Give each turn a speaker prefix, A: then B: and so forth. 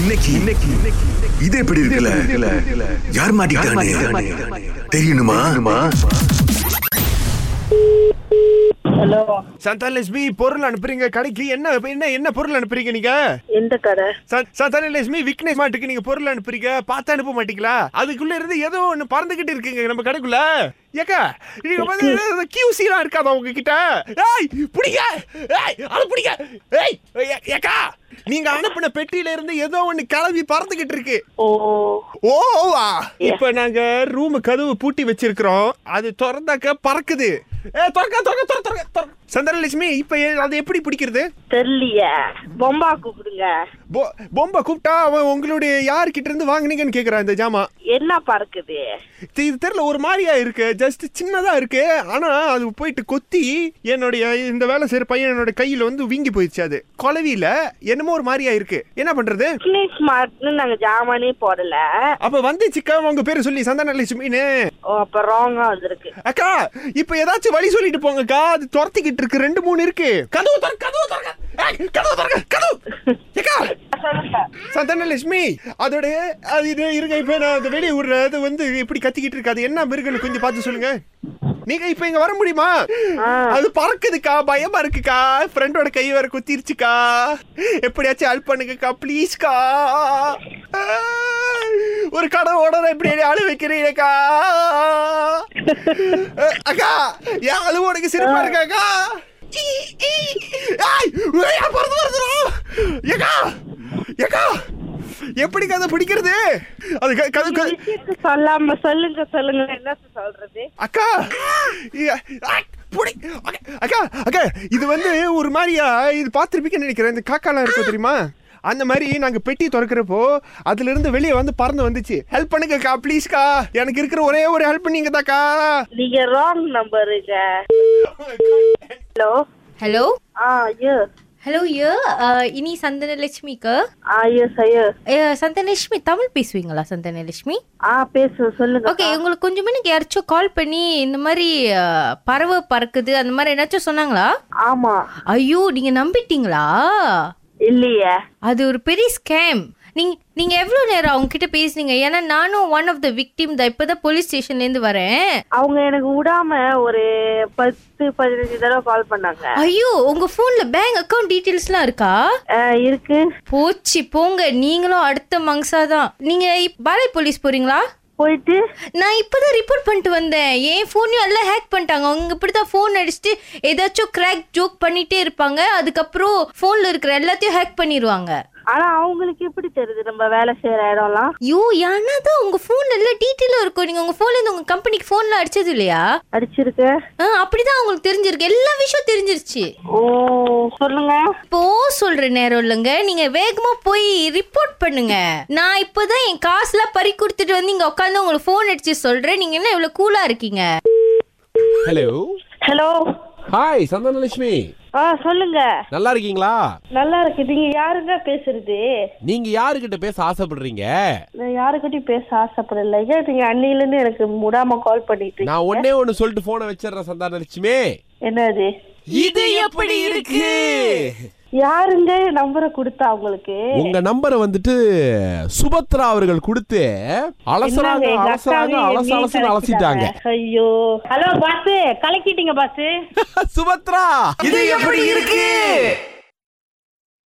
A: இன்னைக்கு இன்னைக்கு இன்னைக்கு- இது எப்படி இருக்குல்ல யார் மாட்டிக்கிட்டானே தெரியணுமா
B: ஹலோ
C: சந்தானலட்சுமி பொருள் அனுப்புறீங்க கடைக்கு என்ன என்ன என்ன பொருள் அனுப்புறீங்க நீங்க
B: எந்த கடை
C: ச- சந்தானலட்சுமி விக்னேஷ் மாட்டுக்கு நீங்க பொருள் அனுப்புறீங்க பார்த்து அனுப்ப மாட்டீங்களா அதுக்குள்ள இருந்து ஏதோ ஒண்ணு பறந்துகிட்டு இருக்குங்க நம்ம கடைக்குள்ள ஏக்கா நீங்க வந்து கியூசி எல்லாம் இருக்காதா உங்ககிட்ட ஏய் பிடிங்க ஏய் அது பிடிங்க ஏய் ஏ- ஏக்கா நீங்க அனுப்பின பெட்டியில இருந்து ஏதோ ஒண்ணு கிளம்பி பறந்துகிட்டு இருக்கு
B: ஓ
C: ஓவா இப்ப நாங்க ரூம் கதவு பூட்டி வச்சிருக்கிறோம் அது திறந்தாக்க பறக்குது ஏ தொறக்க தொறக்க தொறக்க தொறக்க தொறக்க சந்திரலட்சுமி இப்ப ஏ- அது எப்படி பிடிக்கிறது
B: தெரியலையே பொம்பா கூப்பிடுங்க
C: பொ- பொம்மை கூப்பிட்டா அவன் உங்களுடைய யார்கிட்ட இருந்து வாங்குனீங்கன்னு கேக்குறான் இந்த ஜாமா
B: என்ன பறக்குது
C: இது இது தெரியல ஒரு மாதிரியா இருக்கு ஜஸ்ட் சின்னதா இருக்கு ஆனா அது போயிட்டு கொத்தி என்னுடைய இந்த வேலை செய்யற பையன் என்னோட கையில வந்து வீங்கி போயிடுச்சு அது கொலவியில என்னமோ ஒரு மாதிரியா இருக்கு என்ன பண்றது
B: பிக்னிக் ஸ்மார்ட்னு நாங்க ஜாமானே போடல
C: அப்ப வந்துச்சுக்கா உங்க பேரு சொல்லி சந்தானலட்சுமின்னு
B: ஓ அப்ப ராங்கா வந்திருக்கு
C: அக்கா இப்ப ஏதாச்சும் வழி சொல்லிட்டு போங்கக்கா அது துரத்திக்கிட்டு இருக்கு ரெண்டு மூணு இருக்கு கதவு தர கதவு தர கதவு தர கதவு ஏக்கா
B: சொல்லுங்க
C: சந்தானலட்சுமி அதோட அது இது இருங்க இப்ப நான் அந்த வெளியே விடுற அது வந்து இப்படி கத்திக்கிட்டு இருக்கு அது என்ன மிருகன்னு கொஞ்சம் பார்த்து சொல்லுங்க நீங்க இப்ப இங்க வர முடியுமா
B: ஆ.
C: அது பறக்குதுக்கா பயமா இருக்குக்கா ஃப்ரெண்டோட கை வேற குத்திருச்சுக்கா எப்படியாச்சும் ஹெல்ப் பண்ணுங்கக்கா ப்ளீஸ்க்கா ஒரு கடை ஓடற இப்படி அழு வைக்கிறீங்கக்கா அஹ், அக்கா என் அழுவ உனக்கு சிரிப்பா இருக்காக்கா ஈ, ஈ. ஏய், ஏய், பறந்து வருதுடா. ஏக்கா ஏக்கா எப்படி கதை பிடிக்கிறது அது க- கதை கதை-
B: விஷயத்த சொல்லாம சொல்லுங்க சொல்லுங்க என்ன சொல்றது
C: அக்கா இ- அக், புடி- அக்கா, அக்கா அக்கா இது வந்து ஒரு மாதிரியா இது பார்த்துருப்பீங்கன்னு நினைக்கிறேன் இந்த காக்காலாம் இருக்கும் தெரியுமா அந்த மாதிரி நாங்க பெட்டி திறக்கிறப்போ அதுல இருந்து வெளியே வந்து பறந்து வந்துச்சு ஹெல்ப் பண்ணுங்கக்கா ப்ளீஸ்க்கா எனக்கு இருக்கிற ஒரே ஒரு ஹெல்ப் நீங்க தாக்கா
B: நீங்க ராங் நம்பருங்க ஹலோ
D: ஹலோ
B: ஆ ஐயோ
D: ஹலோ யா இனி சந்தனலட்சுமிக்கு
B: ஆ எஸ் ஐயோ
D: சந்தனலட்சுமி தமிழ் Eh, பேசுவீங்களா சந்தனலட்சுமி
B: ஆ பேசு சொல்லுங்க
D: ஓகே உங்களுக்கு கொஞ்சம் எனக்கு யாராச்சும் கால் பண்ணி இந்த மாதிரி அஹ், பறவை பறக்குது அந்த மாதிரி ஏதாச்சும் சொன்னாங்களா
B: ஆமா
D: ஐயோ நீங்க நம்பிட்டீங்களா
B: இல்லையே
D: அது ஒரு பெரிய ஸ்கேம் நீங்க நீங்க எவ்வளவு நேரம் அவங்க கிட்ட பேசுனீங்க ஏன்னா நானும் ஒன் ஆஃப் த விக்டிம் தான் இப்பதான் போலீஸ் ஸ்டேஷன்ல இருந்து வரேன்
B: அவங்க எனக்கு விடாம ஒரு பத்து பதினஞ்சு தடவை கால் பண்ணாங்க
D: ஐயோ உங்க போன்ல பேங்க் அக்கவுண்ட் டீடைல்ஸ்லாம் இருக்கா
B: ஆ, இருக்கு
D: போச்சு போங்க நீங்களும் அடுத்த மங்ஸாதான் நீங்க இப்- பாலை போலீஸ் போறீங்களா
B: போயிட்டு
D: நான் இப்பதான் ரிப்போர்ட் பண்ணிட்டு வந்தேன் என் ஃபோனையும் எல்லாம் ஹேக் பண்ணிட்டாங்க அவங்க இப்படிதான் ஃபோன் அடிச்சுட்டு ஏதாச்சும் கிராக் ஜோக் பண்ணிட்டே இருப்பாங்க அதுக்கப்புறம் ஃபோன்ல இருக்கிற எல்லாத்தையும் ஹேக் பண்ணிடுவாங்க
B: ஆனா அவங்களுக்கு எப்படி தெரியுது நம்ம வேலை செய்யற இடம்லாம்
D: ஐயோ யானா தான் உங்க ஃபோன்ல எல்லாம் டீட்டெயிலும் இருக்கும் நீங்க உங்க ஃபோன்ல இருந்து உங்க கம்பெனிக்கு ஃபோன்ல அடிச்சது இல்லையா
B: அடிச்சிருக்கு
D: ஆ, அப்படிதான் அவங்களுக்கு தெரிஞ்சிருக்கு எல்லா விஷயம் தெரிஞ்சிருச்சு
B: ஓ சொல்லுங்க
D: இப்போ சொல்ற நேரம் இல்லைங்க நீங்க வேகமா போய் ரிப்போர்ட் பண்ணுங்க நான் இப்பதான் என் காசுலாம் பறி கொடுத்துட்டு வந்து இங்க உட்காந்து உங்களுக்கு ஃபோன் அடிச்சு சொல்றேன் நீங்க என்ன இவ்வளவு கூலா இருக்கீங்க
E: ஹலோ
B: ஹலோ
E: ஹாய் சந்தானலட்சுமி
B: ஆ சொல்லுங்க
E: நல்லா இருக்கீங்களா
B: நல்லா இருக்கு நீங்க யாருங்க பேசுறது
E: நீங்க யாருக்கிட்ட பேச ஆசைப்படுறீங்க
B: நான் யாருக்கிட்டயும் பேச ஆசைப்படல ஏன் நீங்க அன்னில இருந்து எனக்கு முடாம கால் பண்ணிட்டு இருக்கீங்க?
E: நான் ஒண்ணே ஒண்ணு சொல்லிட்டு போனை வச்சிடுறேன் சந்தானலட்சுமி
B: என்னது
E: இது எப்படி இருக்கு
B: யாருங்க நம்பரை கொடுத்தா உங்களுக்கு
E: உங்க நம்பரை வந்துட்டு சுபத்ரா அவர்கள் கொடுத்து அலசறாங்க
B: என்னங்க, எங்க
E: அலசறாங்க
B: அக்காவையும்
E: அலச
B: என்னையும்
E: அலசன்னு அலசிட்டாங்க
B: கலக்கிட்டாங்க. ஐயோ ஹலோ பாஸ் கலக்கிட்டீங்க பாஸ்
E: சுபத்ரா இது எப்படி இருக்கு